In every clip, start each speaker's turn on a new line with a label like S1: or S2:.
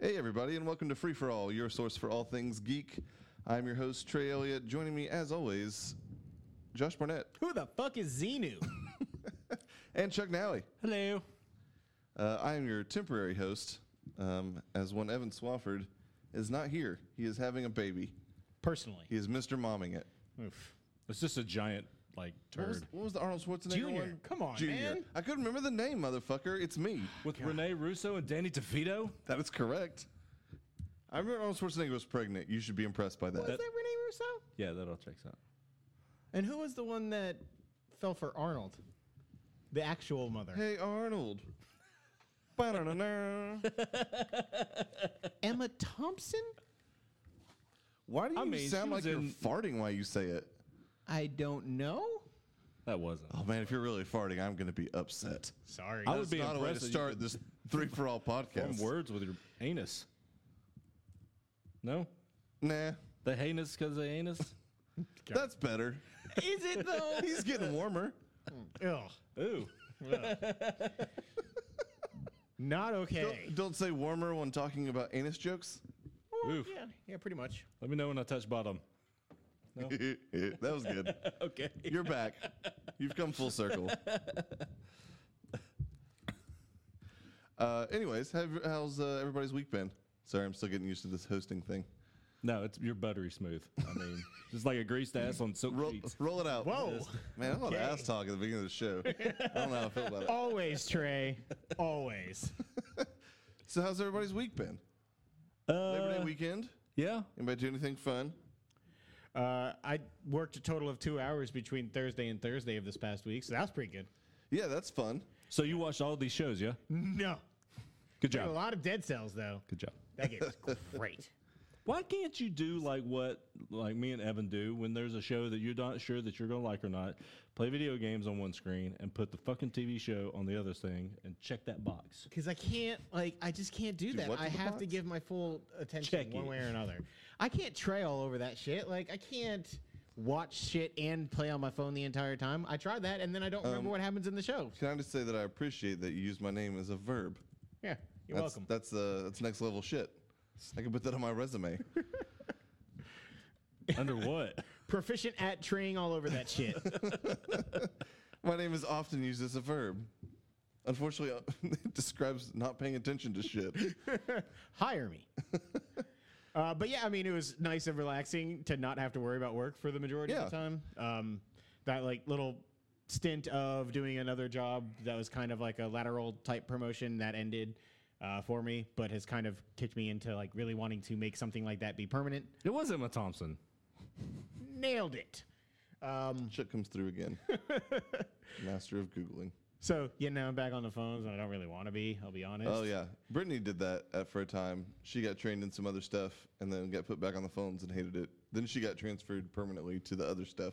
S1: Hey, everybody, and welcome to Free for All, your source for all things geek. I'm your host, Trey Elliott. Joining me, as always, Josh Barnett
S2: Who the fuck is Xenu?
S1: and Chuck Nally.
S2: Hello.
S1: Uh, I am your temporary host, um, as one Evan Swafford is not here. He is having a baby.
S2: Personally.
S1: He is Mr. Momming it.
S2: Oof.
S3: It's just a giant like
S1: What was,
S3: turd
S1: what was the Arnold Schwarzenegger
S2: Junior.
S1: one?
S2: Come on,
S1: Junior.
S2: man.
S1: I couldn't remember the name, motherfucker. It's me.
S3: with Rene Russo and Danny DeVito.
S1: That is correct. I remember Arnold Schwarzenegger was pregnant. You should be impressed by that.
S2: Was that Rene Russo?
S3: Yeah, that all checks out.
S2: And who was the one that fell for Arnold? The actual mother.
S1: Hey, Arnold. Ba-da-na-na.
S2: Emma Thompson?
S1: Why do you
S3: I mean,
S1: sound
S3: she
S1: like
S3: was
S1: you're
S3: in-
S1: farting while you say it?
S2: I don't know.
S3: That wasn't.
S1: Oh man, if you're really farting, I'm going to be upset.
S2: Sorry.
S3: I
S1: That's
S3: would be
S1: not a way to
S3: impressed that you
S1: start
S3: could-
S1: this three for all
S3: Form
S1: podcast.
S3: words with your anus. No,
S1: Nah,
S3: the heinous because the anus.
S1: that's better.
S2: is it though?
S1: He's getting warmer.
S2: Ugh.
S3: Ooh,
S2: Not okay.
S1: Don't, don't say warmer when talking about anus jokes.
S2: Well,
S3: Oof.
S2: Yeah, yeah, pretty much.
S3: let me know when I touch bottom.
S1: that was good.
S3: Okay.
S1: You're back. You've come full circle. Uh, anyways, have, how's uh, everybody's week been? Sorry, I'm still getting used to this hosting thing.
S3: No, it's you're buttery smooth. I mean, just like a greased ass on silk
S1: Roll,
S3: sheets.
S1: roll it out.
S2: Whoa.
S1: Man, I'm
S2: Okay.
S1: to ass talk at the beginning of the show. I don't know how I feel about it.
S2: Always, Trey. Always.
S1: So how's everybody's week been? Labor Day weekend.
S3: Uh, Yeah,
S1: Anybody do anything fun?
S2: Uh, I worked a total of two hours between Thursday and Thursday of this past week, so that was pretty good.
S1: Yeah, that's fun.
S3: so you watched all these shows, yeah?
S2: No.
S3: Good
S2: A
S3: job.
S2: lot of dead cells, though.
S3: Good job.
S2: That game was great.
S3: Why can't you do like what like me and Evan do when there's a show that you're not sure that you're gonna like or not? Play video games on one screen and put the fucking TV show on the other thing and check that box.
S2: Because I can't, like, I just can't do, that.
S1: what to
S2: I
S1: the
S2: have
S1: box?
S2: to give my full attention
S3: Check
S2: one
S3: it.
S2: way or another. I can't trail over that shit. Like, I can't watch shit and play on my phone the entire time. I tried that, and then I don't
S1: Um,
S2: remember what happens in the show.
S1: Can I just say that I appreciate that you use my name as a verb?
S2: Yeah, you're
S1: that's,
S2: welcome.
S1: That's uh, that's next level shit. I can put that on my resume.
S3: Under what?
S2: Proficient at treeing all over that shit.
S1: my name is often used as a verb. Unfortunately, uh, it describes not paying attention to shit.
S2: Hire me. Uh, but yeah, I mean, it was nice and relaxing to not have to worry about work for the majority
S1: Yeah.
S2: of the time. Um, that like little stint of doing another job that was kind of like a lateral type promotion that ended uh, for me, but has kind of kicked me into like really wanting to make something like that be permanent.
S3: It was Emma Thompson.
S2: Nailed it. Um,
S1: Shit comes through again. Master of Googling.
S2: So yeah, now I'm back on the phones, and I don't really want to be. I'll be honest.
S1: Oh, yeah. Brittany did that uh, for a time. She got trained in some other stuff and then got put back on the phones and hated it. Then she got transferred permanently to the other stuff.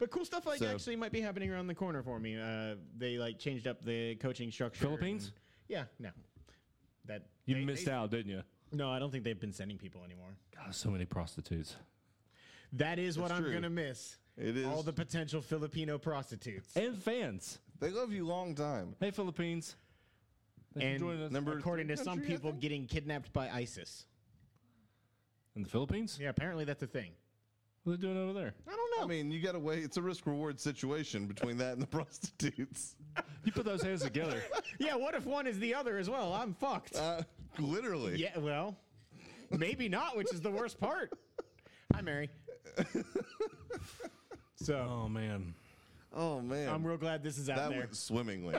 S2: But cool stuff like
S1: So-
S2: actually might be happening around the corner for me. Uh, they like changed up the coaching structure.
S3: Philippines?
S2: and- yeah, no. That
S3: You
S2: they-
S3: missed
S2: they-
S3: out, didn't you?
S2: No, I don't think they've been sending people anymore.
S3: God, so many prostitutes.
S2: That is what
S1: That's
S2: I'm
S1: true.
S2: gonna miss.
S1: It is-
S2: all the potential Filipino prostitutes.
S3: And fans.
S1: They love you long time.
S3: Hey Philippines. Thanks for
S2: And
S3: joining us.
S1: Number
S2: according to
S1: three
S2: some
S1: country, I
S2: people,
S1: think?
S2: getting kidnapped by ISIS.
S3: in the Philippines?
S2: Yeah, apparently that's a thing.
S3: What are they doing over there?
S2: I don't know.
S1: I mean, you got to weigh. It's a risk reward situation between that and the prostitutes.
S3: You put those hands together.
S2: yeah, what if one is the other as well? I'm fucked.
S1: Uh, literally.
S2: yeah, well, maybe not, which is the worst part. Hi, Mary. so
S3: Oh man.
S1: Oh man.
S2: I'm real glad this is out
S1: that
S2: there.
S1: went swimmingly.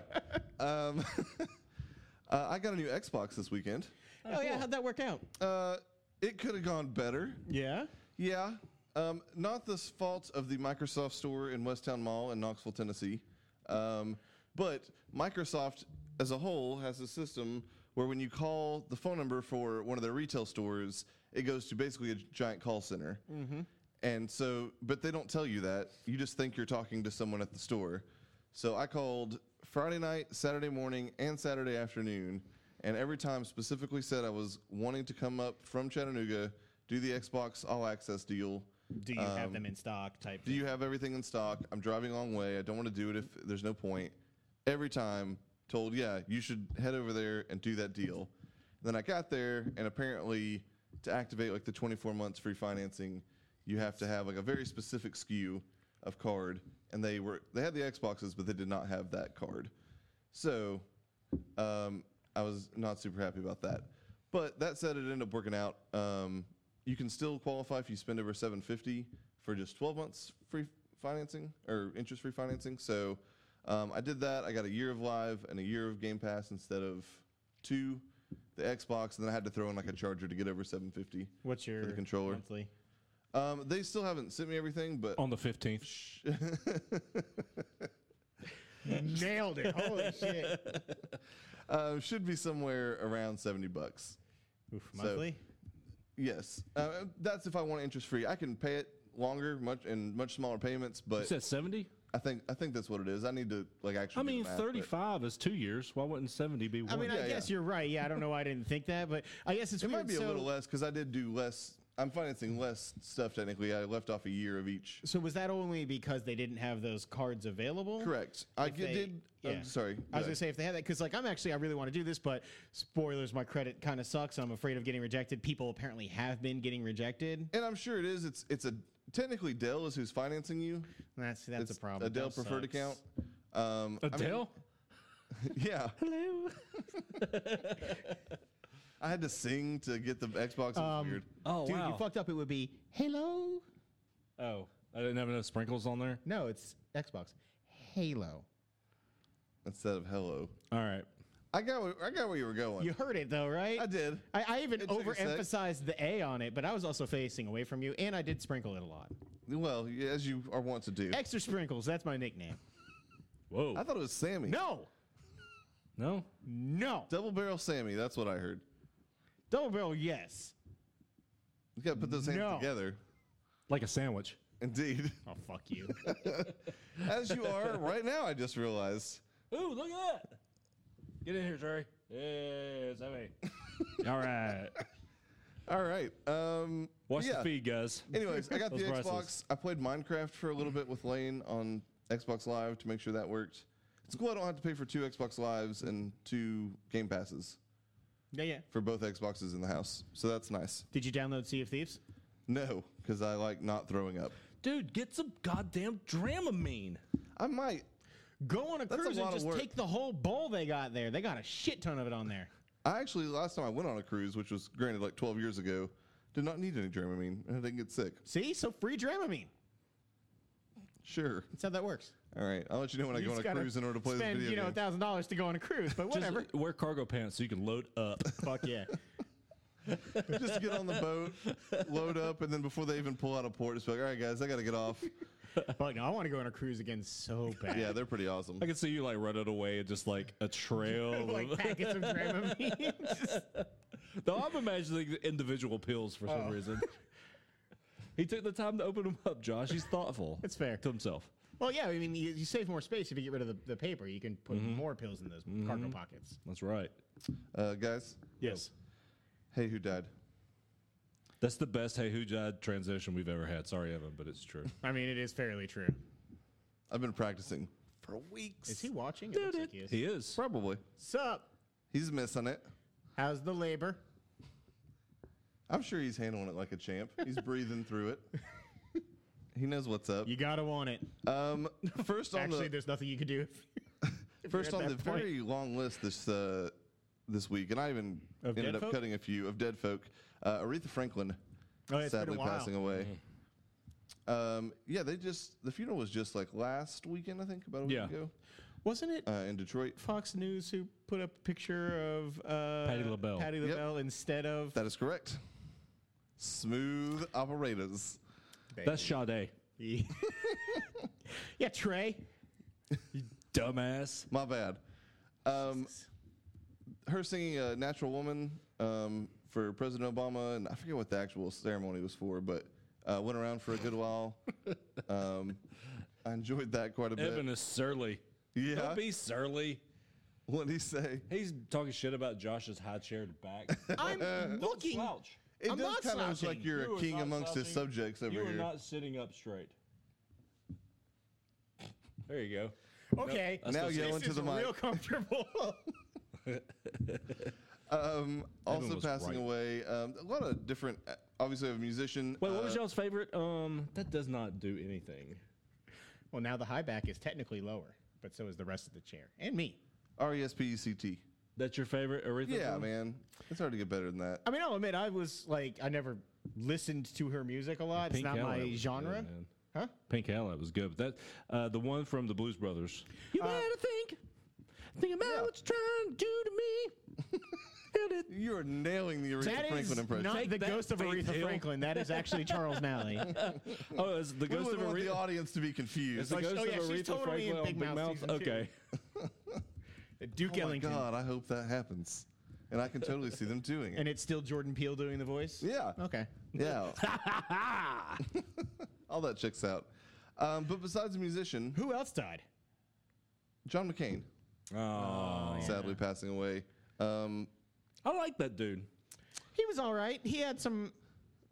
S1: um, uh, I got a new Xbox this weekend.
S2: Oh, yeah, how'd that work out?
S1: Uh, it could have gone better.
S2: yeah.
S1: Yeah. Um, not the fault of the Microsoft store in Westtown Mall in Knoxville, Tennessee. Um, but Microsoft as a whole has a system where when you call the phone number for one of their retail stores, it goes to basically a giant call center. Mm-hmm. And so, but they don't tell you that. You just think you're talking to someone at the store. So I called Friday night, Saturday morning, and Saturday afternoon, and every time specifically said I was wanting to come up from Chattanooga, do the Xbox All Access deal.
S2: Do you have them in stock?
S1: Um,
S2: Type.
S1: Do you have everything in stock? I'm driving a long way. I don't want to do it if there's no point. Every time, told, yeah, you should head over there and do that deal. Then I got there, and apparently, to activate like the 24 months free financing, you have to have like a very specific SKU of card, and they were they had the Xboxes, but they did not have that card. So, um, I was not super happy about that. But that said, it ended up working out. Um, you can still qualify if you spend over 750 for just 12 months free financing or interest free financing. So um, I did that. I got a year of live and a year of Game Pass instead of two, the Xbox, and then I had to throw in like a charger to get over 750.
S2: What's your
S1: controller.
S2: monthly?
S1: Um, they still haven't sent me everything, but
S3: on the 15th.
S2: Nailed it! Holy shit!
S1: uh, should be somewhere around 70 bucks.
S2: Oof, monthly.
S1: Yes, uh, that's if I want interest free. I can pay it longer, much in much smaller payments,
S3: You
S1: but
S3: said 70?
S1: I think I think that's what it is. I need to like actually.
S3: I
S1: do the
S3: mean,
S1: math, but-
S3: 35 is two years. Why wouldn't 70 be one?
S2: I mean,
S1: Yeah,
S2: I guess
S1: yeah.
S2: you're right. Yeah, I don't know why I didn't think that, but I guess it's
S1: It
S2: weird.
S1: might be
S2: so,
S1: a little less because I did do less. I'm financing less stuff technically. I left off a year of each.
S2: so was that only because they didn't have those cards available?
S1: Correct. I
S2: If
S1: g-
S2: they-
S1: did.
S2: yeah.
S1: I'm sorry.
S2: I was
S1: go
S2: gonna
S1: ahead.
S2: say if they had that, because like I'm actually I really want to do this, but spoilers, my credit kind of sucks. I'm afraid of getting rejected. People apparently have been getting rejected.
S1: and I'm sure it is. It's it's a technically Dell is who's financing you.
S2: That's that's
S1: it's
S2: a problem.
S1: Dell
S2: That
S1: preferred
S2: sucks.
S1: account. Um, I mean,
S3: Adele?
S1: yeah,
S3: Hello?
S1: I had to sing to get the Xbox. It was
S2: Um,
S1: weird.
S3: Oh,
S2: Dude,
S3: wow.
S2: you fucked up. It would be hello.
S3: oh, I didn't have enough sprinkles on there?
S2: No, it's Xbox. Halo.
S1: Instead of hello,
S3: All right.
S1: I got where- I got where you were going.
S2: You heard it though, right?
S1: I did.
S2: I, I even
S1: It took a sec.
S2: overemphasized the A on it, but I was also facing away from you, and I did sprinkle it a lot.
S1: Well, y- as you are wont to do.
S2: Extra sprinkles. That's my nickname.
S3: Whoa.
S1: I thought it was Sammy.
S2: No,
S3: no?
S2: no.
S1: Double barrel Sammy. That's what I heard.
S2: Double barrel. Yes.
S1: You got to put those hands
S2: No.
S1: together.
S3: Like a sandwich.
S1: Indeed.
S2: Oh fuck you.
S1: As you are right now, I just realized.
S3: Ooh, look at that. Get in here, Jerry. Yeah, Sammy. All right.
S1: All right. Um,
S3: Watch
S1: yeah.
S3: the feed, guys.
S1: Anyways, I got the
S3: Those
S1: Xbox.
S3: prices.
S1: I played Minecraft for a little bit with Lane on Xbox Live to make sure that worked. It's cool I don't have to pay for two Xbox Lives and two Game Passes
S2: yeah, yeah.
S1: for both Xboxes in the house. So that's nice.
S2: Did you download Sea of Thieves?
S1: No, because I like not throwing up.
S3: Dude, get some goddamn Dramamine.
S1: I might.
S2: Go on a
S1: That's a
S2: cruise
S1: lot of
S2: and just
S1: work.
S2: take the whole bowl they got there. They got a shit ton of it on there.
S1: I actually last time I went on a cruise, which was granted like 12 years ago, did not need any Dramamine, and I didn't get sick.
S2: See, so free Dramamine.
S1: Sure.
S2: That's how that works.
S1: All right. I'll let you know when I go on
S2: just
S1: a
S2: gotta
S1: cruise in order to play
S2: spend
S1: this video
S2: you know a
S1: game.
S2: thousand dollars to go on a cruise, but
S3: Just
S2: whatever.
S3: wear cargo pants so you can load up.
S2: Fuck yeah.
S1: Just get on the boat, load up, and then before they even pull out of port, it's like, all right, guys, I got to get off.
S2: Fuck no, I want to go on a cruise again so bad.
S1: Yeah, they're pretty awesome.
S3: I can see you like running away and just like a trail.
S2: like
S3: of-
S2: packets of Dramamine. Just-
S3: Though I'm imagining individual pills for some reason. He took the time to open them up, Josh. He's thoughtful.
S2: It's fair.
S3: to himself.
S2: well, yeah, I mean, you, you save more space if you get rid of the, the paper. You can put more pills in those cargo pockets.
S3: That's right.
S1: Uh, guys,
S2: Yes.
S1: hey, who died?
S3: That's the best Hey Who Jad transition we've ever had. Sorry, Evan, but it's true.
S2: I mean, it is fairly true.
S1: I've been practicing for weeks.
S2: Is he watching? It looks like he is.
S3: He is.
S1: Probably.
S2: Sup?
S1: He's missing it.
S2: How's the labor?
S1: I'm sure he's handling it like a champ. He's breathing through it. He knows what's up.
S2: You gotta want it.
S1: Um, first on
S2: Actually,
S1: the
S2: there's nothing you can do. if-
S1: First
S2: at
S1: on the
S2: that point.
S1: very long list this uh, this week, and I even
S2: Of
S1: ended
S2: dead
S1: up
S2: folk?
S1: cutting a few of dead folk. Uh, Aretha Franklin,
S2: Oh, it's been a
S1: sadly
S2: while.
S1: passing away. Um, yeah, they just the funeral was just like last weekend, I think, about a week
S3: Yeah.
S1: ago
S2: Wasn't it
S1: uh, in Detroit.
S2: Fox News who put up a picture of uh,
S3: Patti LaBelle.
S2: Patti
S1: Yep.
S2: LaBelle instead of
S1: That is correct. Smooth operators.
S3: That's Sade.
S2: Yeah. yeah, Trey.
S3: Dumbass.
S1: My bad. Um, her singing uh, "Natural Woman" um, for President Obama, and I forget what the actual ceremony was for, but uh, went around for a good while. um, I enjoyed that quite a bit.
S3: Evan is surly.
S1: Yeah.
S3: Don't be surly.
S1: What did he say?
S3: He's talking shit about Josh's high chair to back.
S2: I'm looking.
S3: Slouch.
S1: It
S2: I'm
S1: does
S2: not
S1: kind of look like
S2: slouching.
S1: you're
S3: You
S1: a
S3: are
S1: king
S3: not
S1: amongst his
S3: slouching.
S1: subjects over
S3: You are
S1: here.
S3: not sitting up straight. There you go.
S2: Okay.
S1: Now yell into
S2: this
S1: the
S2: is real
S1: mic.
S2: comfortable.
S1: Um, also
S3: was
S1: passing
S3: right.
S1: away, um, a lot of different. Obviously, I have a musician.
S3: Wait, what was
S1: uh,
S3: y'all's favorite? Um, that does not do anything.
S2: Well, now the high back is technically lower, but so is the rest of the chair and me.
S1: R E S P E C T.
S3: That's your favorite Aretha?
S1: Yeah,
S3: song?
S1: man, it's hard to get better than that.
S2: I mean, I'll admit I was like I never listened to her music a lot.
S3: Pink
S2: it's not
S3: Cadillac
S2: my
S3: was
S2: genre,
S3: good, man.
S2: huh?
S3: Pink Cadillac was good, but that uh, the one from the Blues Brothers. You better think, think about what you're trying to do to me.
S1: You are nailing the Aretha
S2: That
S1: Franklin
S2: is
S1: impression.
S2: not
S3: Take
S2: the
S3: that,
S2: ghost of
S3: Faith
S2: Aretha
S3: Hill.
S2: Franklin. That is actually Charles Nally.
S3: oh, it's the
S1: we
S3: ghost of
S1: wouldn't want the
S3: Aretha.
S1: audience to be
S3: It's
S1: confused.
S3: the
S2: Like,
S3: ghost
S2: oh, yeah,
S3: of
S2: she's
S3: Aretha
S2: totally in
S3: Franklin on
S2: Big
S3: Big
S2: Mouth
S3: Mouth.
S2: season two.
S3: Okay,
S2: Duke
S1: oh my
S2: Ellington,
S1: God, I hope that happens, and I can totally see them doing it.
S2: and it's still Jordan Peele doing the voice.
S1: Yeah,
S2: Okay.
S1: yeah, all that checks out. Um, but besides a musician,
S2: Who else died?
S1: John McCain,
S3: oh,
S1: sadly passing away. Um,
S3: I like that dude.
S2: He was all right. He had some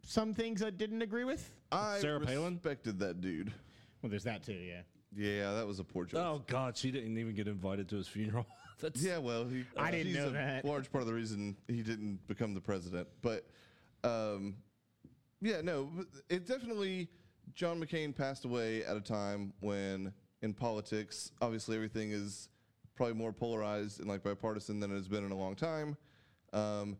S2: some things I didn't agree with.
S1: I
S3: Sarah Palin?
S1: respected that dude.
S2: Well, there's that too. Yeah.
S1: Yeah, that was a poor choice.
S3: Oh God, she didn't even get invited to his funeral. That's
S1: Yeah, well, he, uh,
S2: I didn't
S1: he's
S2: know
S1: a
S2: that.
S1: Large part of the reason he didn't become the president, but um, yeah, no, it definitely. John McCain passed away at a time when, in politics, obviously everything is probably more polarized and like bipartisan than it has been in a long time. Um,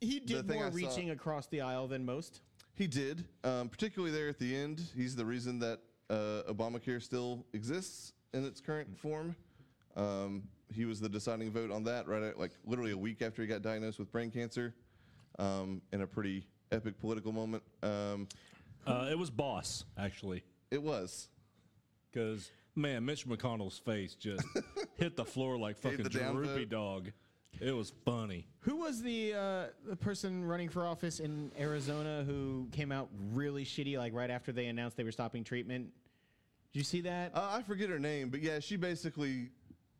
S2: He
S1: The
S2: did
S1: thing
S2: more
S1: I saw-
S2: reaching across the aisle than most.
S1: He did, um, particularly there at the end. He's the reason that uh, Obamacare still exists in its current form. Um, he was the deciding vote on that, right? At, like literally a week after he got diagnosed with brain cancer, um, in a pretty epic political moment. Um,
S3: Uh, it was Boss actually,
S1: it was
S3: because man, Mitch McConnell's face just hit the floor like fucking
S1: the down
S3: droopy
S1: vote.
S3: dog. It was funny.
S2: Who was the uh, the person running for office in Arizona who came out really shitty, like right after they announced they were stopping treatment? Did you see that?
S1: uh, I forget her name, but yeah, she basically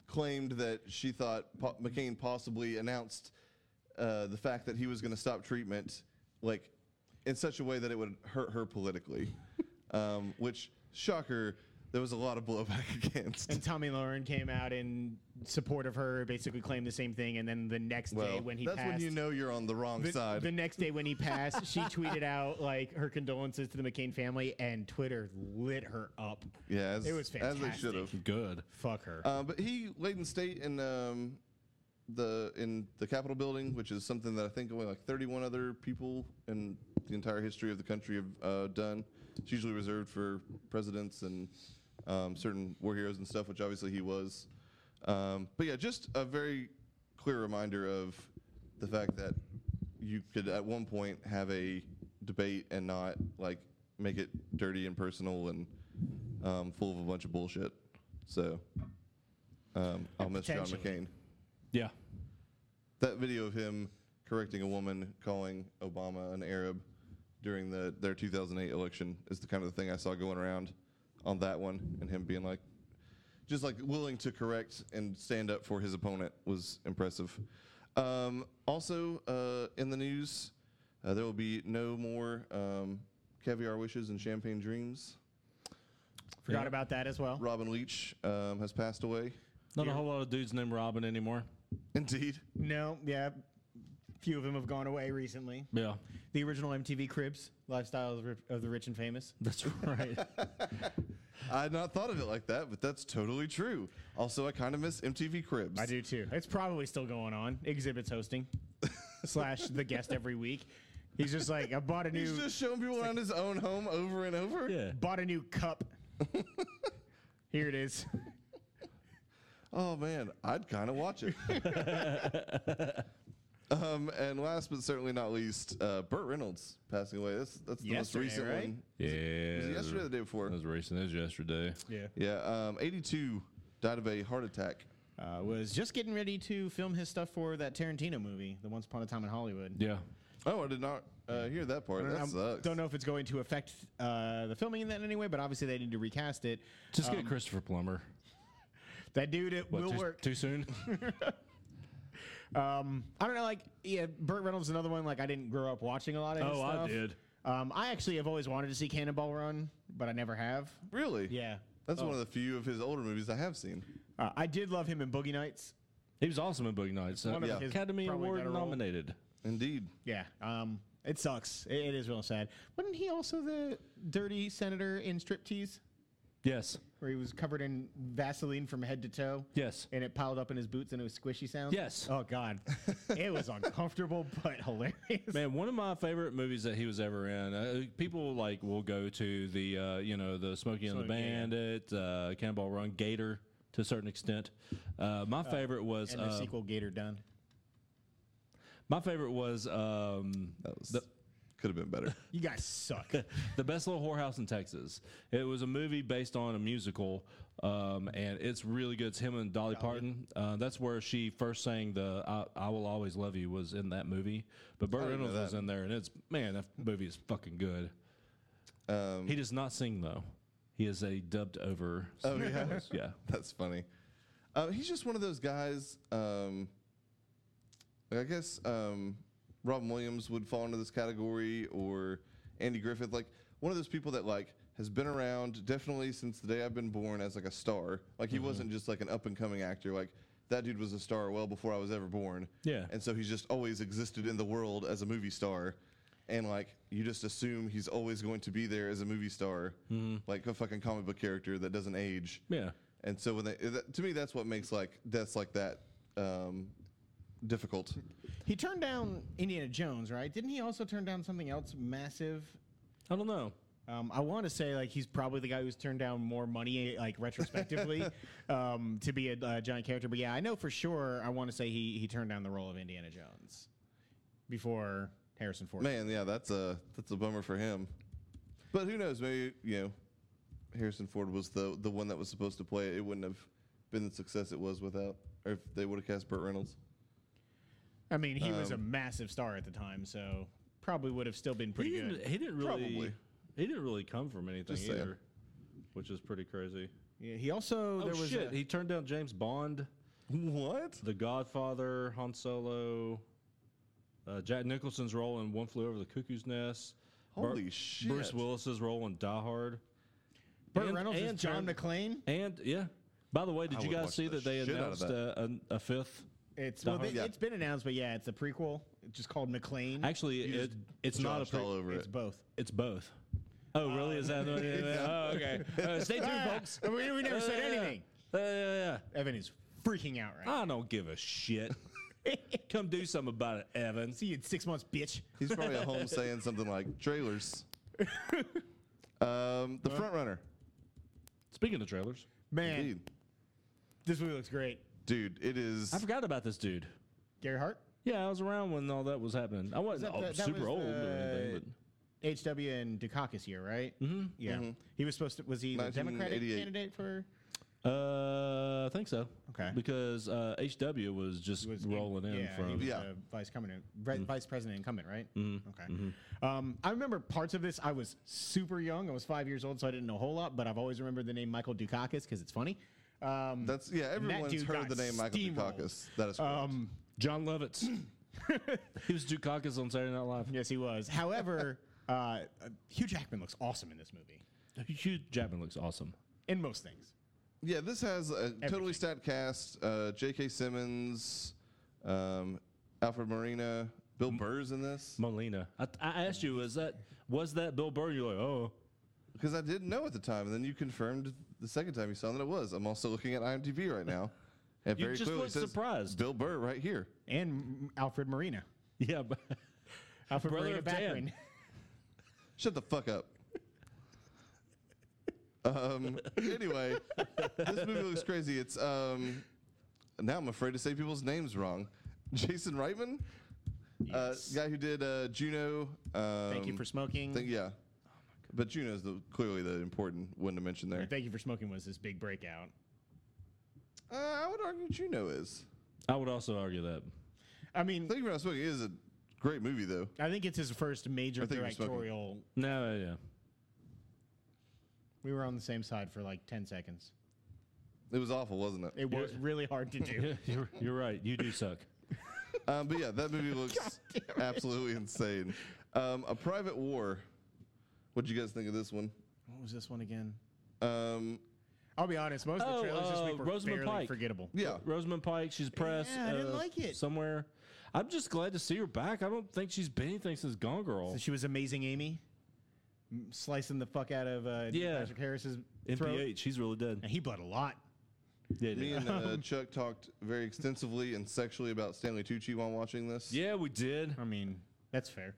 S1: claimed that she thought po- McCain possibly announced uh, the fact that he was going to stop treatment, like in such a way that it would hurt her politically. um, which shocker, there was a lot of blowback against.
S2: and Tommy Lauren came out in support of her, basically claimed the same thing. And then the next day,
S1: Well,
S2: when he
S1: that's
S2: passed,
S1: when you know you're on the wrong
S2: the,
S1: side.
S2: the next day when he passed, she tweeted out like her condolences to the McCain family, and Twitter lit her up.
S1: yeah, as,
S2: It was
S1: as they
S2: fantastic.
S1: should have.
S3: Good.
S2: Fuck her.
S1: Uh, but he laid in state in um, the in the Capitol building, which is something that I think only like 31 other people in the entire history of the country have uh, done. It's usually reserved for presidents and um, certain war heroes and stuff, which obviously he was. Um, but yeah, just a very clear reminder of the fact that you could at one point have a debate and not like make it dirty and personal and um, full of a bunch of bullshit. So um, I'll miss John
S2: Potentially.
S1: McCain.
S3: Yeah.
S1: That video of him correcting a woman calling Obama an Arab during the their 2008 election is the kind of thing I saw going around on that one, and him being like, just like willing to correct and stand up for his opponent was impressive. Um, also uh, in the news, uh, there will be no more um, caviar wishes and champagne dreams.
S2: Forgot about that as well.
S1: Robin Leach um, has passed away.
S3: Not a whole lot of dudes named Robin anymore.
S1: Indeed.
S2: No, yeah, few of them have gone away recently.
S3: Yeah,
S2: The original MTV Cribs, Lifestyle of the Ri- of the Rich and Famous.
S3: that's right.
S1: I had not thought of it like that, but that's totally true. Also, I kind of miss MTV Cribs.
S2: I do too. It's probably still going on. Exhibits hosting slash the guest every week. He's just like, I bought a new
S1: He's just showing people around his own home over and over.
S3: yeah.
S2: bought a new cup. Here it is.
S1: Oh man, I'd kind of watch it. um, and last but certainly not least, uh, Burt Reynolds passing away. That's that's the
S2: Yesterday,
S1: most recent
S2: right?
S1: one.
S3: Yeah.
S1: Was it yesterday or the day before?
S3: That was recent. It was yesterday.
S2: Yeah.
S1: Yeah, um, 82 died of a heart attack.
S2: Uh, was just getting ready to film his stuff for that Tarantino movie, The Once Upon a Time in Hollywood.
S3: Yeah.
S1: Oh, I did not uh, hear that part. That
S2: I
S1: sucks.
S2: don't know if it's going to affect uh, the filming in that in any way, but obviously they need to recast it.
S3: Just get Christopher Plummer.
S2: That dude, it
S3: What,
S2: will
S3: too,
S2: work.
S3: too soon.
S2: Um, I don't know, like yeah, Burt Reynolds is another one. Like I didn't grow up watching a lot of. his
S3: Oh, I
S2: stuff.
S3: did.
S2: Um, I actually have always wanted to see Cannonball Run, but I never have.
S1: Really?
S2: Yeah, Oh.
S1: That's one of the few of his older movies I have seen.
S2: uh, I did love him in Boogie Nights.
S3: He was awesome in Boogie Nights.
S2: one of
S3: Uh,
S2: his
S3: Academy
S2: probably
S3: Award
S2: better role.
S3: nominated.
S1: Indeed.
S2: Yeah. Um, it sucks. It, it is real sad. Wasn't he also the dirty senator in Striptease,
S3: Yes.
S2: where he was covered in Vaseline from head to toe?
S3: Yes.
S2: And it piled up in his boots and it was squishy sound?
S3: Yes.
S2: Oh, God. it was uncomfortable, but hilarious.
S3: Man, one of my favorite movies that he was ever in. Uh, people like will go to the uh, you know the Smokey and the
S2: Smokey, yeah.
S3: Bandit, uh, Cannonball Run, Gator to a certain extent. Uh, my favorite was
S2: And the
S3: uh,
S2: sequel, Gator Done.
S3: my favorite was, um,
S1: That was,
S3: the,
S1: could have been better.
S2: You guys suck.
S3: the best little whorehouse in Texas. It was a movie based on a musical, um, and it's really good. It's him and Dolly Parton. Uh, that's where she first sang the I, "I Will Always Love You" was in that movie. But Burt
S1: didn't know
S3: Reynolds was
S1: that.
S3: in there, and it's man, that movie is fucking good.
S1: Um,
S3: He does not sing though. He is a dubbed over.
S1: oh yeah,
S3: s- yeah.
S1: that's funny. Uh, he's just one of those guys. Um, I guess um, Robin Williams would fall into this category, or Andy Griffith, like one of those people that like has been around definitely since the day I've been born as like a star. Like he wasn't just like an up and coming actor. Like that dude was a star well before I was ever born.
S3: Yeah.
S1: and so he's just always existed in the world as a movie star. And like you just assume he's always going to be there as a movie star, like a fucking comic book character that doesn't age.
S3: Yeah.
S1: And so when they, uh, that, to me, that's what makes like deaths like that um, difficult.
S2: he turned down Indiana Jones, right? Didn't he also turn down something else massive?
S3: I don't know.
S2: Um, I want to say like he's probably the guy who's turned down more money, like retrospectively, um, to be a uh, giant character. But yeah, I know for sure. I want to say he he turned down the role of Indiana Jones before Harrison Ford.
S1: Man, yeah, that's a that's a bummer for him. But who knows? Maybe you know, Harrison Ford was the the one that was supposed to play it. It wouldn't have been the success it was without, or if they would have cast Burt Reynolds.
S2: I mean, he was a
S3: um,
S2: massive star at the time, so probably would have still been pretty
S3: he
S2: good.
S3: Didn't, he didn't really.
S1: Probably.
S3: He didn't really come from anything
S1: Just saying.
S3: either, which is pretty crazy.
S2: Yeah, he also
S3: Oh
S2: there was uh,
S3: shit!
S2: a-
S3: he turned down James Bond,
S1: What?
S3: The Godfather, Han Solo, uh, Jack Nicholson's role in One Flew Over the Cuckoo's Nest. Bur-
S1: Holy shit!
S3: Bruce Willis's role in Die Hard.
S2: Burt
S3: and-
S2: Reynolds
S3: and
S2: is John
S3: turned-
S2: McClane.
S3: And yeah. By the way, did
S1: I
S3: you
S1: would
S3: guys
S1: watch
S3: see
S1: the
S3: that they
S1: shit out of
S3: announced
S1: that.
S3: uh, a, a fifth?
S2: It's
S3: Die
S2: well,
S3: Hard.
S2: they-
S1: Yeah.
S2: it's been announced, but yeah, it's a prequel. It's just called McClane.
S3: Actually,
S1: You
S3: it,
S1: just
S3: it's not a
S1: joshed all
S3: prequel.
S1: over Uh,
S2: it's
S1: it.
S2: both.
S3: It's both. Oh, really? Is that the Oh, okay. Uh, stay tuned,
S2: Ah,
S3: folks. Uh,
S2: we, we never said
S3: Yeah, yeah, yeah.
S2: anything.
S3: Yeah, yeah,
S2: Evan is freaking out
S3: yeah.
S2: right.
S3: I don't give a shit. Come do something about it, Evans.
S2: See you in six months, bitch.
S1: He's probably at home saying something like trailers. um, the front runner,
S3: Speaking of trailers,
S2: Uh, Man,
S1: indeed,
S2: this movie looks great.
S1: dude. It is.
S3: I forgot about this dude.
S2: Gary Hart,
S3: Yeah, I was around when all that was happening. I wasn't
S2: that
S3: oh,
S2: the- that
S3: super
S2: was
S3: old or
S2: the-
S3: anything, but
S2: H.W. and Dukakis here, right? Mm-hmm. Yeah, he was supposed to. Was he the Democratic
S1: 1988.
S2: candidate for?
S3: Uh, I think so.
S2: Okay.
S3: Because uh, HW was just
S2: was
S3: rolling in
S2: yeah,
S3: from.
S2: he was
S1: Yeah.
S2: a vice president, re- vice president incumbent, right? Okay. Um, I remember parts of this. I was super young. I was five years old, so I didn't know a whole lot. But I've always remembered the name Michael Dukakis because it's funny. Um,
S1: That's yeah.
S2: that
S1: Everyone's
S2: dude
S1: heard the
S2: got
S1: name Michael
S2: steamrolled.
S1: Dukakis. That is correct.
S2: Um,
S3: John Lovitz. he was Dukakis on Saturday Night Live.
S2: yes, he was. However, uh, Hugh Jackman looks awesome in this movie,
S3: Hugh Jackman looks awesome.
S2: in most things.
S1: yeah, this has a totally stat cast. Uh, J.K. Simmons, um, Alfred Molina, Bill Burr's in this
S3: Molina. I, I asked you, was that was that Bill Burr? You're like, oh,
S1: because I didn't know at the time, and then you confirmed the second time you saw that it was. I'm also looking at IMDb right now, and
S3: You
S1: very
S3: just
S1: clearly
S3: look
S1: says
S3: surprised.
S1: Bill Burr right here.
S2: And M- Alfred Marina.
S3: yeah, but
S2: Alfred
S3: Brother
S2: Marina
S3: of Dan.
S2: Backman.
S1: Shut the fuck up. Um. Anyway, this movie looks crazy. It's um. Now I'm afraid to say people's names wrong. Jason Reitman, uh, guy who did uh, Juno. Um,
S2: Thank you for smoking.
S1: Think, yeah. But Juno's the, clearly the important one to mention there.
S2: Thank you for smoking was this big breakout.
S1: Uh, I would argue Juno is.
S3: I would also argue that.
S2: I mean,
S1: Thank you for not smoking. It is a great movie, though.
S2: I think it's his first major
S1: Thank You for Smoking.
S2: directorial.
S3: No, yeah.
S2: We were on the same side for like 10 seconds.
S1: It was awful, wasn't it?
S2: It was really hard to do.
S3: Yeah, you're, you're right. You do suck.
S1: Um, but yeah, that movie looks absolutely insane. Um, a Private War. What'd you guys think of this one?
S2: What was this one again?
S1: Um,
S2: I'll be honest. Most of
S3: Oh,
S2: the trailers this
S3: uh,
S2: week were
S3: Rosamund
S2: barely
S3: Pike.
S2: forgettable.
S1: Yeah.
S3: Rosamund Pike, she's pressed.
S2: Yeah, I didn't
S3: uh,
S2: like it.
S3: Somewhere. I'm just glad to see her back. I don't think she's been anything since Gone Girl.
S2: So she was amazing, Amy, m- slicing the fuck out of uh,
S3: Yeah.
S2: Patrick Harris's throat.
S3: MPH, he's really dead.
S2: And he bled a lot.
S3: Yeah,
S1: Me
S3: dude.
S1: and uh, Chuck talked very extensively and sexually about Stanley Tucci while watching this.
S3: yeah, we did.
S2: I mean, that's fair.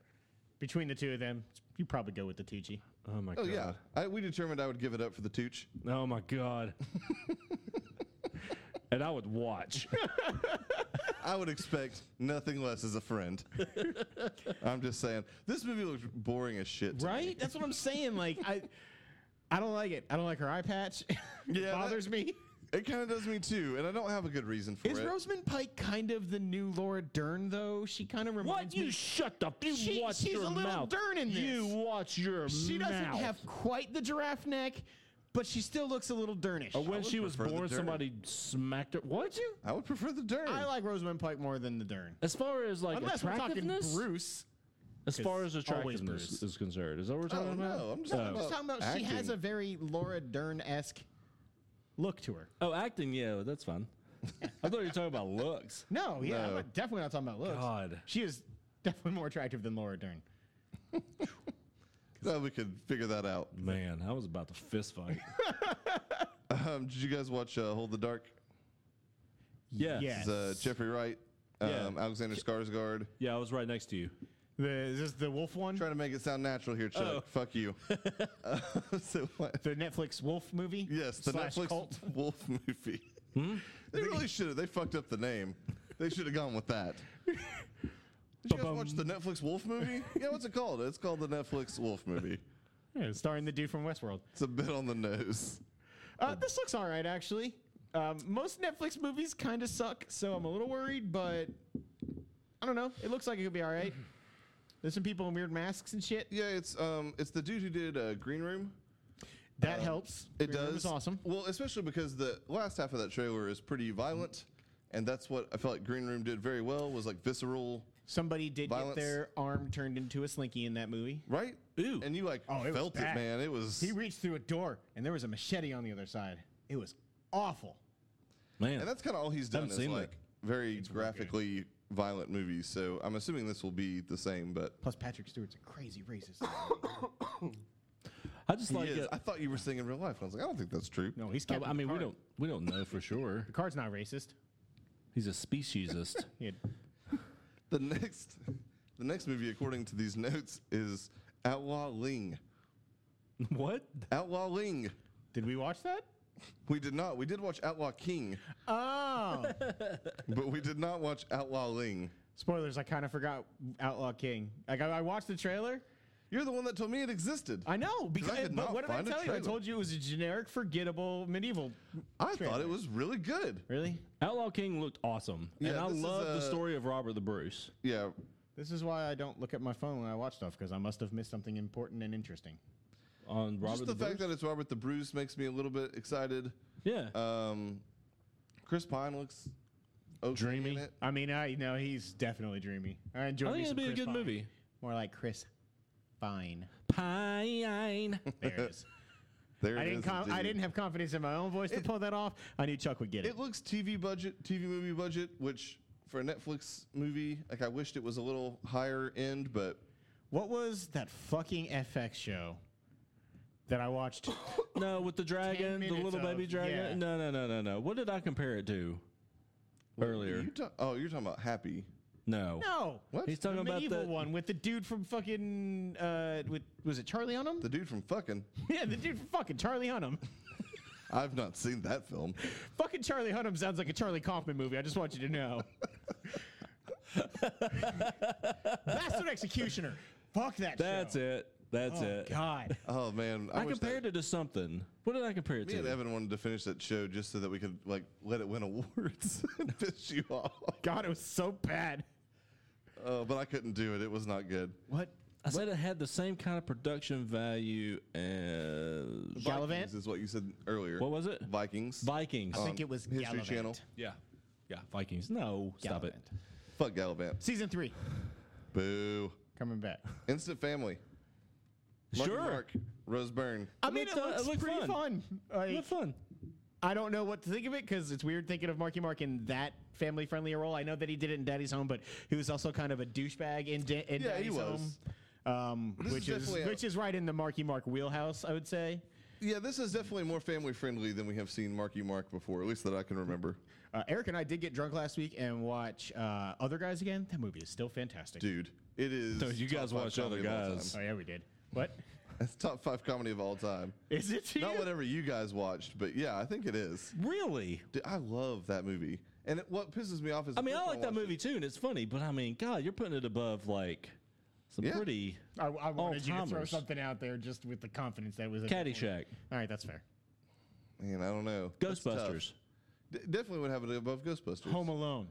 S2: Between the two of them, you probably go with the Tucci.
S3: Oh my
S1: Oh
S3: god.
S1: yeah, I, we determined I would give it up for the Tooch.
S3: Oh my god. and I would watch.
S1: I would expect nothing less as a friend. I'm just saying, this movie looks boring as shit. to me.
S2: Right? That's what I'm saying. Like I, I don't like it. I don't like her eye patch. it
S1: Yeah,
S2: bothers me.
S1: It kind of does me too, and I don't have a good reason for
S2: Is
S1: it.
S2: Rosamund Pike kind of the new Laura Dern though? She kind of reminds
S3: what? You
S2: me.
S3: shut the you
S2: She-
S3: watch
S2: she's
S3: your
S2: a little
S3: mouth.
S2: Dern in
S3: You
S2: this.
S3: watch your
S2: she
S3: mouth.
S2: doesn't have quite the giraffe neck, but she still looks a little Dernish.
S3: Or when she was
S1: prefer the
S3: born,
S1: Dern.
S3: somebody smacked her. What? You?
S1: I would prefer the Dern.
S2: I like Rosamund Pike more than the Dern.
S3: As far as like
S2: Unless we're talking
S3: attractiveness,
S2: Bruce.
S3: as far
S2: Always
S3: as attractiveness
S2: Bruce.
S3: is concerned, is that what we're
S1: I
S3: talking
S1: don't
S3: about?
S1: know. I'm just
S3: Oh.
S1: talking
S2: I'm just
S1: about,
S2: talking about she has a
S1: acting.
S2: very Laura Dern esque look to her.
S3: Oh, acting, yeah, that's fun. I thought you were talking about looks.
S2: No, yeah, I'm
S1: No.
S2: not- definitely not talking about looks.
S3: God.
S2: She is definitely more attractive than Laura Dern.
S1: Oh, we could figure that out.
S3: Man, I was about to fist fight.
S1: Um, did you guys watch uh, Hold the Dark?
S3: yeah.
S2: Yeah.
S1: It's, uh, Jeffrey Wright, um,
S3: Yeah.
S1: Alexander Skarsgård.
S3: Yeah, I was right next to you.
S2: The, is this the wolf one?
S1: Trying to make it sound natural here, Chuck.
S3: Oh.
S1: Fuck you. Uh, so what?
S2: The Netflix wolf movie?
S1: Yes, the
S2: slash
S1: Netflix
S2: cult. Hmm?
S1: Wolf movie. They really should have. They fucked up the name. They should have gone with that. Did you guys watch the Netflix Wolf movie? Yeah, what's it called? It's called the Netflix Wolf movie.
S2: Yeah, starring the dude from Westworld.
S1: It's a bit on the nose.
S2: Uh, this looks all right, actually. Um, most Netflix movies kind of suck, so I'm a little worried, but I don't know. It looks like it could be all right. There's some people in weird masks and shit.
S1: Yeah, it's um, it's the dude who did uh, Green Room.
S2: That helps.
S1: Uh, It
S2: Green Room
S1: does.
S2: is awesome.
S1: Well, especially because the last half of that trailer is pretty violent, and that's what I felt like Green Room did very well was like visceral,
S2: Somebody did
S1: Violence.
S2: get their arm turned into a slinky in that movie.
S1: right?
S3: Ooh.
S1: And you like
S2: Oh, it was
S1: felt it,
S2: bad.
S1: man. It was.
S2: He reached through a door, and there was a machete on the other side. It was awful.
S3: Man.
S1: And that's kind of all he's done
S3: Haven't
S1: is
S3: seen that.
S1: like very graphically violent movies. So I'm assuming this will be the same, but
S2: Plus, Patrick Stewart's a crazy racist.
S3: I just like
S1: He is.
S3: it.
S1: I thought you were singing real life. And I was like, I don't think that's true.
S2: no, he's.
S3: I,
S2: Captain
S3: I mean, we
S2: Picard.
S3: don't we don't know for sure.
S2: Picard's not racist.
S3: He's a speciesist.
S2: Yeah.
S1: The next, the next movie, according to these notes, is Outlaw Ling.
S3: what?
S1: Outlaw Ling.
S2: Did we watch that?
S1: We did not. We did watch Outlaw King,
S2: Oh,
S1: but we did not watch Outlaw Ling.
S2: spoilers! I kind of forgot Outlaw King. Like I, I watched the trailer.
S1: You're the one that told me it existed. I,
S2: I know because.
S1: could
S2: but
S1: not
S2: what did I
S1: find a
S2: tell you? I
S1: trailer.
S2: told you it was a generic, forgettable medieval.
S1: thought it was really good.
S2: Really?
S3: Outlaw King looked awesome, and
S1: Yeah,
S3: I
S1: this is,
S3: love the
S1: uh,
S3: story of Robert the Bruce.
S1: Yeah.
S2: This is why I don't look at my phone when I watch stuff because I must have missed something important and interesting.
S3: On Robert
S1: Just
S3: the,
S1: the fact
S3: Bruce.
S1: that it's Robert the Bruce makes me a little bit excited.
S3: yeah,
S1: Um, Chris Pine looks okay
S3: Dreamy.
S1: in it.
S2: I mean, I know he's definitely dreamy. I enjoy.
S3: I think
S2: me
S3: it'd
S2: some
S3: be a
S2: Chris
S3: good
S2: Pine.
S3: movie.
S2: More like Chris Fine.
S3: Pine.
S2: There it is.
S1: There
S2: I
S1: it
S2: didn't.
S1: is
S2: Com- I
S1: indeed.
S2: didn't have confidence in my own voice to pull that off. I knew Chuck would get it.
S1: It looks TV budget, TV movie budget, which for a Netflix movie, like I wished it was a little higher end, but
S2: What was that fucking FX show that I watched?
S3: no, with the dragon, the
S2: minutes
S3: little baby
S2: of-
S3: dragon.
S2: yeah.
S3: No, no, no, no, no. What did I compare it to? Earlier.
S1: You ta- oh, you're talking about Happy.
S3: No.
S2: no,
S1: What?
S3: He's talking
S2: the
S3: about
S2: medieval
S3: the
S2: one with the dude from fucking uh, with was it Charlie Hunnam?
S1: The dude from fucking.
S2: yeah, the dude from fucking Charlie Hunnam.
S1: I've not seen that film.
S2: fucking Charlie Hunnam sounds like a Charlie Kaufman movie. I just want you to know. Bastard Executioner. Fuck that.
S3: That's
S2: show.
S3: it. That's
S2: Oh,
S3: it.
S2: God.
S1: Oh man, I,
S3: I,
S1: wish that-
S3: compared it to something. What did I compare it
S1: Me and
S3: to?
S1: Evan wanted to finish that show just so that we could like let it win awards and piss you off.
S2: God, it was so bad.
S1: Oh, but I couldn't do it. It was not good.
S2: What?
S3: I said it had the same kind of production value as
S2: Gallivant?
S1: Vikings is what you said earlier.
S3: What was it?
S1: Vikings.
S3: Vikings.
S2: I think it was
S1: History
S2: Gallivant.
S1: Channel.
S3: yeah, yeah, Vikings. No, stop it.
S2: Gallivant.
S1: Fuck Gallivant.
S2: Season three
S1: Boo.
S2: coming back.
S1: Instant Family. Marky
S3: Sure.
S1: Mark, Rose Byrne.
S2: I mean, it
S3: looked, uh,
S2: looks
S3: it looked
S2: pretty fun.
S3: fun.
S2: Like,
S3: Look fun.
S2: I don't know what to think of it because it's weird thinking of Marky Mark in that family friendly role. I know that he did it in Daddy's Home, but he was also kind of a douchebag in, da- in
S1: Yeah, he
S2: Daddy's Home.
S1: was.
S2: Um,
S1: is
S2: which is,
S1: definitely a-
S2: which is right in the Marky Mark wheelhouse, I would say.
S1: Yeah, this is definitely more family friendly than we have seen Marky Mark before, at least that I can remember.
S2: Uh, Eric and I did get drunk last week and watch uh, Other Guys again. That movie is still fantastic.
S1: Dude, it is.
S3: No, you
S1: top
S3: guys
S1: five
S3: watch Other
S1: comedy of all
S3: Guys.
S2: Oh
S1: time.
S2: yeah, we did. What
S1: It's top five comedy of all time.
S2: is it? to
S1: Not
S2: you?
S1: whatever you guys watched, but yeah, I think it is.
S3: Really?
S1: Dude, I love that movie. And it, what pisses me off is
S3: I mean, I
S1: first
S3: like that
S1: watched it-
S3: movie too, and it's funny, but I mean, God, you're putting it above like some
S1: Yeah.
S3: pretty
S2: I, I wanted you to throw
S3: Alzheimer's.
S2: something out there just with the confidence that was. at the point.
S3: Caddyshack,
S2: All right, that's fair.
S1: Man, I don't know. That's tough.
S3: Ghostbusters,
S1: D- definitely would have it above Ghostbusters.
S2: Home Alone.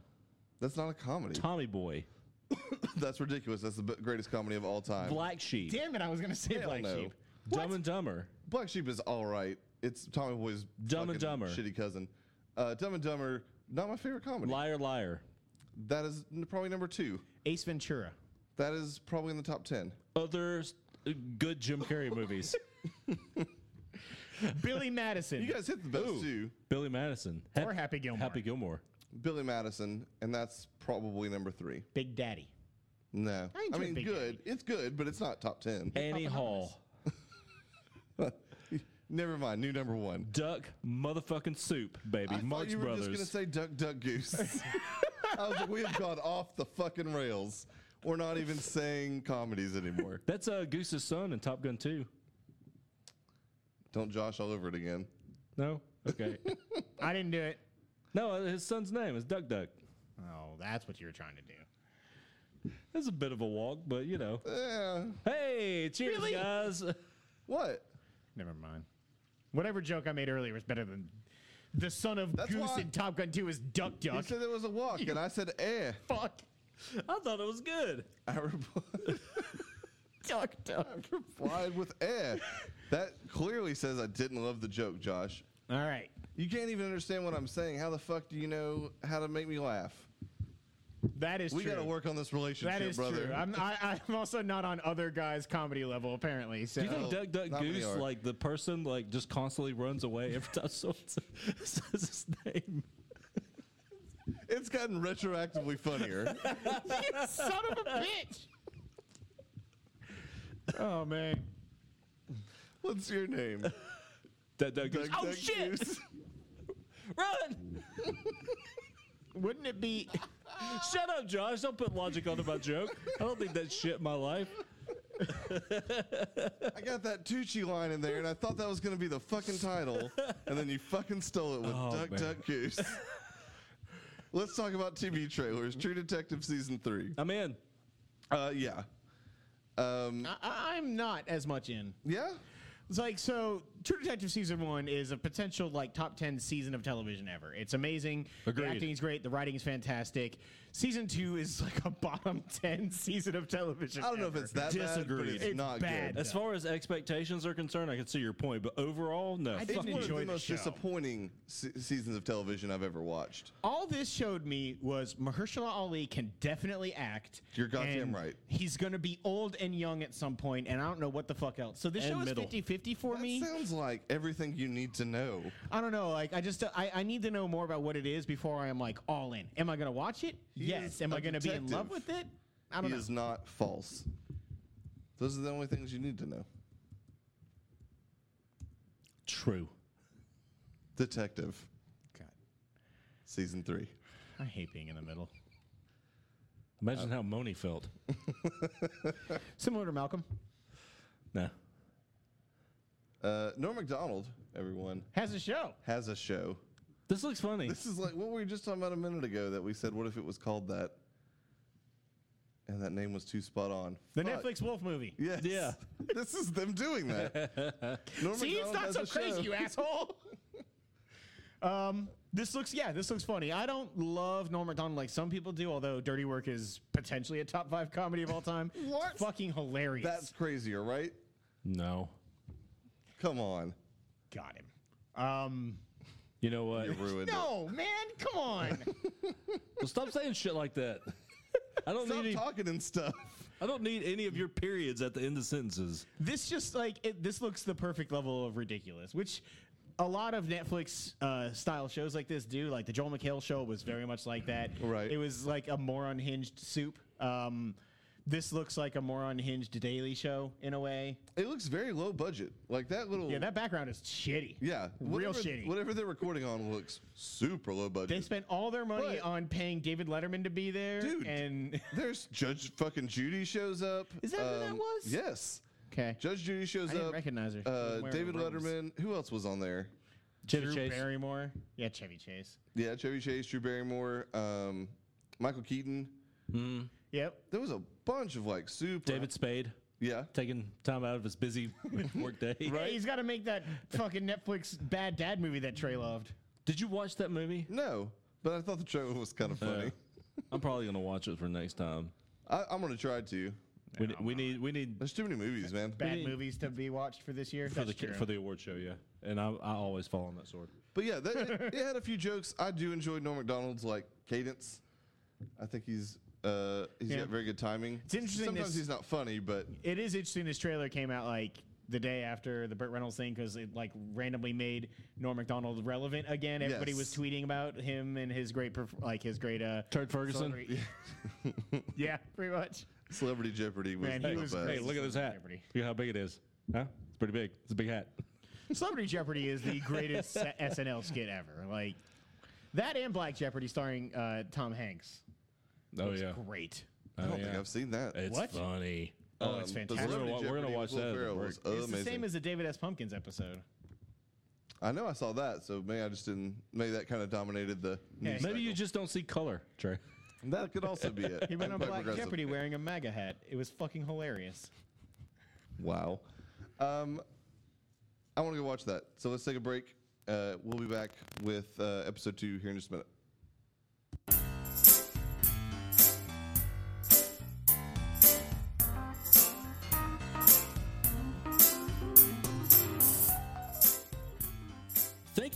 S1: That's not a comedy.
S3: Tommy Boy,
S1: That's ridiculous. That's the b- greatest comedy of all time.
S3: Black Sheep,
S2: Damn it! I was gonna say
S1: Hell
S2: Black
S1: no.
S2: Sheep.
S3: Dumb and Dumber.
S1: Black Sheep is all right. It's Tommy Boy's
S3: Dumb
S1: fucking
S3: and Dumber.
S1: shitty cousin. Uh, Dumb and Dumber, not my favorite comedy.
S3: Liar, liar.
S1: that is n- probably number two.
S2: Ace Ventura.
S1: That is probably in the top ten.
S3: Other s- uh, good Jim Carrey movies.
S2: Billy Madison.
S1: You guys hit the best two.
S3: Billy Madison.
S2: Or Happy Gilmore.
S3: Happy Gilmore.
S1: Billy Madison, and that's probably number three.
S2: Big Daddy.
S1: No,
S2: I enjoy
S1: mean
S2: Big
S1: good. It's good, but it's not top ten.
S3: Annie Hall.
S1: Never mind. New number one.
S3: Duck motherfucking soup, baby.
S1: I thought
S3: Marx
S1: you were
S3: Brothers.
S1: just gonna say Duck Duck Goose. I was like, we have gone off the fucking rails. We're not even saying comedies anymore.
S3: That's uh, Goose's son in Top Gun 2.
S1: Don't Josh all over it again.
S3: No? Okay.
S2: I didn't do it.
S3: no, uh, his son's name is Duck Duck.
S2: Oh, that's what you were trying to do.
S3: That's a bit of a walk, but you know.
S1: Eh,
S3: Hey, cheers,
S2: Really?
S3: guys.
S1: what?
S2: Never mind. Whatever joke I made earlier was better than the son of
S1: That's
S2: Goose
S1: why-
S2: in Top Gun 2 is Duck
S1: You
S2: Duck.
S1: said there was a walk, and I said, eh.
S2: Fuck.
S3: I thought it was good.
S1: I replied,
S2: Duck Duck.
S1: replied with eh. That clearly says I didn't love the joke, Josh.
S2: All right.
S1: You can't even understand what I'm saying. How the fuck do you know how to make me laugh?
S2: That is
S1: We
S2: true.
S1: got to work on this relationship,
S2: That is
S1: brother.
S2: true. I'm, I, I'm also not on other guys' comedy level, apparently. So
S3: Do you think
S1: No,
S3: Duck Duck
S1: not many
S3: Goose,
S1: are.
S3: like the person, like just constantly runs away every time someone says his name?
S1: it's gotten retroactively funnier.
S2: son of a bitch. oh, man.
S1: What's your name?
S3: Duck Duck Goose.
S1: Duck,
S2: Oh,
S1: Duck
S2: shit.
S1: Goose.
S3: Run!
S2: Wouldn't it be.
S3: Shut up, Josh. Don't put logic onto my joke. I don't think that shit my life.
S1: I got that Tucci line in there, and I thought that was going to be the fucking title, and then you fucking stole it with
S3: Oh,
S1: Duck
S3: man.
S1: Duck Goose. Let's talk about TV trailers. True Detective season three.
S3: I'm in.
S1: Uh, yeah, um,
S2: I, I- I'm not as much in.
S1: yeah.
S2: It's like so. True Detective season one is a potential like top ten season of television ever. It's amazing.
S3: Agreed.
S2: The acting is great. The writing is fantastic. Season two is like a bottom ten season of television.
S1: I don't know if
S2: ever.
S1: it's that bad, but
S3: Disagreed.
S1: it's,
S2: It's
S1: not
S2: bad.
S1: good.
S3: As far as expectations are concerned, I can see your point, but overall, no.
S2: I
S3: Fuck
S2: didn't
S1: It's one of
S2: enjoy
S1: the
S2: the
S1: most
S2: show.
S1: disappointing se- seasons of television I've ever watched.
S2: All this showed me was Mahershala Ali can definitely act.
S1: You're goddamn
S2: and
S1: right.
S2: He's gonna be old and young at some point, and I don't know what the fuck else. So this
S3: And
S2: show
S3: middle.
S2: is 50-50 for
S1: That
S2: me.
S1: sounds like everything you need to know.
S2: I don't know. Like I just uh, I, I need to know more about what it is before I am like all in. Am I gonna watch it?
S1: He
S2: yes.
S1: is
S2: Am
S1: a
S2: I gonna be in love
S1: detective.
S2: with it? I
S1: He
S2: don't know.
S1: is not false. Those are the only things you need to know.
S3: True.
S1: Detective
S2: God,
S1: season three.
S2: I hate being in the middle.
S3: Imagine
S1: Uh,
S3: how Moni felt.
S2: Similar to Malcolm
S3: no.
S1: Uh, Norm Macdonald, everyone,
S2: has a show.
S1: has a show.
S3: This looks funny.
S1: This is like what we were just talking about a minute ago that we said, what if it was called that? And that name was too spot on.
S2: The
S1: Fuck.
S2: Netflix Wolf movie.
S1: Yes.
S3: Yeah.
S1: this is them doing that. Norm
S2: See, it's
S1: Macdonald
S2: not
S1: has
S2: so
S1: a show.
S2: crazy, you asshole. um, this looks yeah, this looks funny. I don't love Norm Macdonald like some people do, although Dirty Work is potentially a top five comedy of all time.
S1: What?
S2: It's fucking hilarious.
S1: That's crazier, right?
S3: No.
S1: Come on.
S2: got him. Um,
S3: You know what?
S1: You ruined it.
S2: no, man, come on.
S3: Well, stop saying shit like that. I don't
S1: Stop
S3: need. Any,
S1: talking and stuff.
S3: I don't need any of your periods at the end of sentences.
S2: this just like it, this looks the perfect level of ridiculous which a lot of Netflix uh, style shows like this do. Like the Joel McHale show was very much like that.
S1: Right.
S2: It was like a more unhinged soup. Um, this looks like a more unhinged Daily Show in a way.
S1: It looks very low budget. Like that little.
S2: Yeah, that background is shitty.
S1: Yeah,
S2: Real
S1: whatever-
S2: shitty.
S1: Whatever they're recording on looks super low
S2: They
S1: budget.
S2: spent all their money
S1: But-
S2: on paying David Letterman to be there.
S1: Dude.
S2: And
S1: There's Judge fucking Judy shows up. um,
S2: Is that who that was?
S1: Yes,
S2: okay.
S1: Judge Judy shows
S2: I didn't
S1: up.
S2: recognize her. She was
S1: Uh,
S2: wearing
S1: David
S2: robes.
S1: Letterman. Who else was on there?
S3: Chevy
S2: Drew
S3: Chase.
S2: Barrymore. Yeah, Chevy Chase.
S1: Yeah, Chevy Chase, Drew Barrymore, um, Michael Keaton.
S2: Yep.
S1: There was a bunch of like super.
S3: David Spade
S1: Yeah.
S3: taking time out of his busy workday.
S2: Hey, he's got to make that fucking Netflix bad dad movie that Trey loved.
S3: Did you watch that movie?
S1: No, but I thought the trailer was kind of funny.
S3: I'm probably gonna watch it for next time.
S1: I, I'm gonna try to.
S3: We, we need we need
S1: There's too many movies, man.
S2: Bad
S3: didn't-
S2: movies to be watched for this year.
S3: for the
S2: That's true.
S3: for the award show, yeah. And I, I always fall on that sword.
S1: But yeah, that, it, it had a few jokes. I do enjoy Norm Macdonald's like cadence. I think he's uh, he's
S2: Yeah.
S1: got very good timing. It's
S2: interesting
S1: Sometimes
S2: this-
S1: he's not funny, but
S2: it is interesting. This trailer came out like the day after the Burt Reynolds thing because it like randomly made Norm Macdonald relevant again. Everybody was
S1: Yes.
S2: tweeting about him and his great, perf- like his great, uh,
S3: Turd Ferguson.
S2: celebrity- yeah, pretty much.
S1: Celebrity Jeopardy was
S2: Man, he
S1: the
S2: was
S1: best.
S3: Hey, look at this hat.
S2: Celebrity.
S3: Look how big it is. Huh? It's pretty big. It's a big hat. Oh,
S2: Celebrity Jeopardy is the greatest sa- SNL skit ever. Like that and Black Jeopardy starring uh, Tom Hanks.
S3: Oh
S2: was
S3: yeah. Oh,
S2: great.
S1: I don't think
S3: yeah.
S1: I've seen that.
S3: It's
S2: What?
S3: funny.
S2: Oh, it's
S1: the
S2: fantastic.
S1: Celebrity
S3: We're gonna wa- we're
S1: Jeopardy
S3: gonna watch
S1: with Will
S3: that at
S1: Ferrell
S3: work.
S1: was
S2: It's the
S1: amazing.
S2: same as the David S. Pumpkins episode.
S1: I know I saw that, so maybe I just didn't. Maybe that kind of dominated the. news
S3: Maybe you
S1: cycle.
S3: just don't see color, Trey.
S1: that could also be it.
S2: He went
S1: I'm
S2: on
S1: quite
S2: Black
S1: progressive.
S2: Jeopardy wearing a MAGA hat. It was fucking hilarious.
S1: Wow. Um, I want to go watch that. So let's take a break. Uh, we'll be back with uh, episode two here in just a minute.
S3: Thank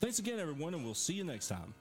S3: Thanks again, everyone, and we'll see you next time.